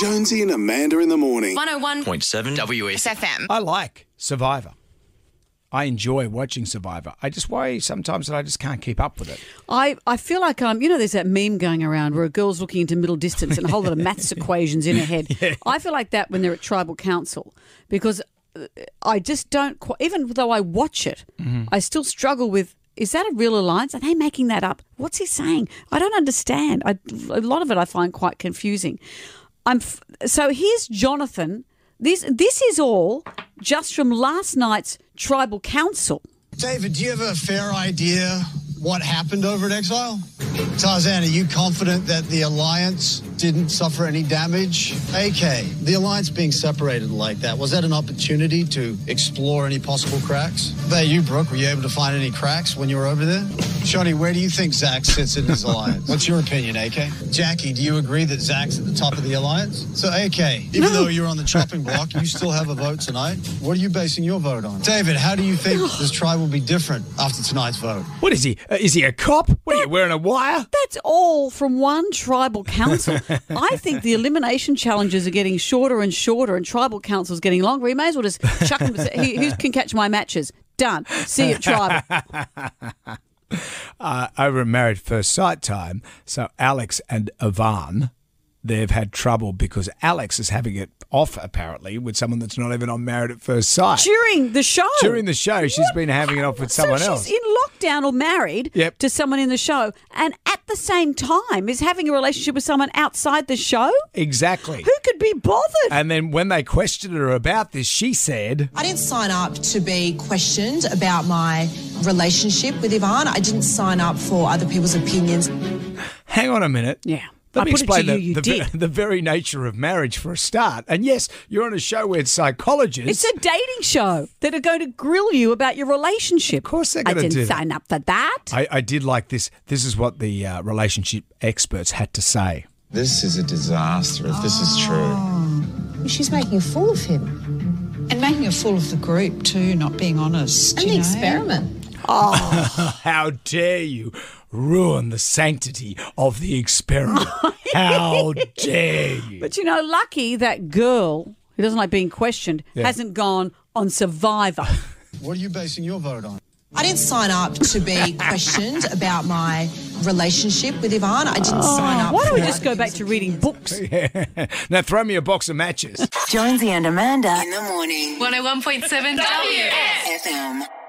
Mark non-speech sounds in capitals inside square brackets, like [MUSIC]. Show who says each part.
Speaker 1: Jonesy and Amanda in the morning.
Speaker 2: 101
Speaker 3: 101.7 WEC.
Speaker 2: SFM.
Speaker 4: I like Survivor. I enjoy watching Survivor. I just worry sometimes that I just can't keep up with it.
Speaker 5: I, I feel like um, you know, there's that meme going around where a girl's looking into middle distance and a whole lot of maths equations in her head. I feel like that when they're at tribal council because uh, I just don't quite. Even though I watch it, I still struggle with. Is that a real alliance? Are they making that up? What's he saying? I don't understand. I, a lot of it I find quite confusing. I'm f- so here's Jonathan. This this is all just from last night's tribal council.
Speaker 6: David, do you have a fair idea what happened over at Exile? Tarzan, are you confident that the Alliance didn't suffer any damage? AK, the Alliance being separated like that, was that an opportunity to explore any possible cracks? What About you, Brooke, were you able to find any cracks when you were over there? Shawnee, where do you think Zach sits in his Alliance? What's your opinion, AK? Jackie, do you agree that Zach's at the top of the Alliance? So, AK, even though you're on the chopping block, you still have a vote tonight. What are you basing your vote on? David, how do you think this try will be different after tonight's vote?
Speaker 4: What is he? Uh, is he a cop? What are you wearing a wire?
Speaker 5: That's all from one tribal
Speaker 4: [LAUGHS]
Speaker 5: council. I think the elimination challenges are getting shorter and shorter, and tribal councils getting longer. You may as well just chuck them. [LAUGHS] Who who can catch my matches? Done. See you
Speaker 4: [LAUGHS]
Speaker 5: at tribal.
Speaker 4: Uh, over in Married First Sight time, so Alex and Ivan, they've had trouble because Alex is having it off apparently with someone that's not even on Married at First Sight.
Speaker 5: During the show.
Speaker 4: During the show, she's been having it off with someone
Speaker 5: so
Speaker 4: else.
Speaker 5: she's in lockdown or married
Speaker 4: Yep.
Speaker 5: to someone in the show, and at the same time is having a relationship with someone outside the show.
Speaker 4: exactly.
Speaker 5: Who could be bothered?
Speaker 4: And then when they questioned her about this, she said,
Speaker 7: I didn't sign up to be questioned about my relationship with Ivan. I didn't sign up for other people's opinions.
Speaker 4: Hang on a minute.
Speaker 5: Yeah.
Speaker 4: Let
Speaker 5: I
Speaker 4: me
Speaker 5: put it to
Speaker 4: explain
Speaker 5: you,
Speaker 4: the,
Speaker 5: you
Speaker 4: the, [LAUGHS]
Speaker 5: did.
Speaker 4: the very nature of marriage for a start. And yes, you're on a show where psychologists.
Speaker 5: It's a dating show that are going to grill you about your relationship. Of
Speaker 4: course they're
Speaker 5: I
Speaker 4: gonna
Speaker 5: didn't
Speaker 4: do that.
Speaker 5: sign up for that.
Speaker 4: I, I did like this. This is what the uh, relationship experts had to say.
Speaker 8: This is a disaster if this is true.
Speaker 9: She's making a fool of him.
Speaker 10: And making a fool of the group too, not being honest.
Speaker 9: And
Speaker 10: you
Speaker 9: the
Speaker 10: know?
Speaker 9: experiment.
Speaker 4: How dare you ruin the sanctity of the
Speaker 5: [LAUGHS]
Speaker 4: experiment? How dare you? [LAUGHS]
Speaker 5: But you know, lucky that girl who doesn't like being questioned hasn't gone on Survivor.
Speaker 6: What are you basing your vote on?
Speaker 7: I didn't sign up to
Speaker 9: [LAUGHS]
Speaker 7: be questioned about my relationship with Ivan. I didn't sign
Speaker 9: Oh,
Speaker 7: up.
Speaker 5: Why don't we
Speaker 7: for
Speaker 5: just
Speaker 7: other
Speaker 5: go back
Speaker 7: people's
Speaker 5: to reading
Speaker 7: opinions.
Speaker 5: books?
Speaker 4: now throw me a box of matches.
Speaker 11: Jonesy and Amanda in the morning.
Speaker 2: 101.7 W.
Speaker 11: FM.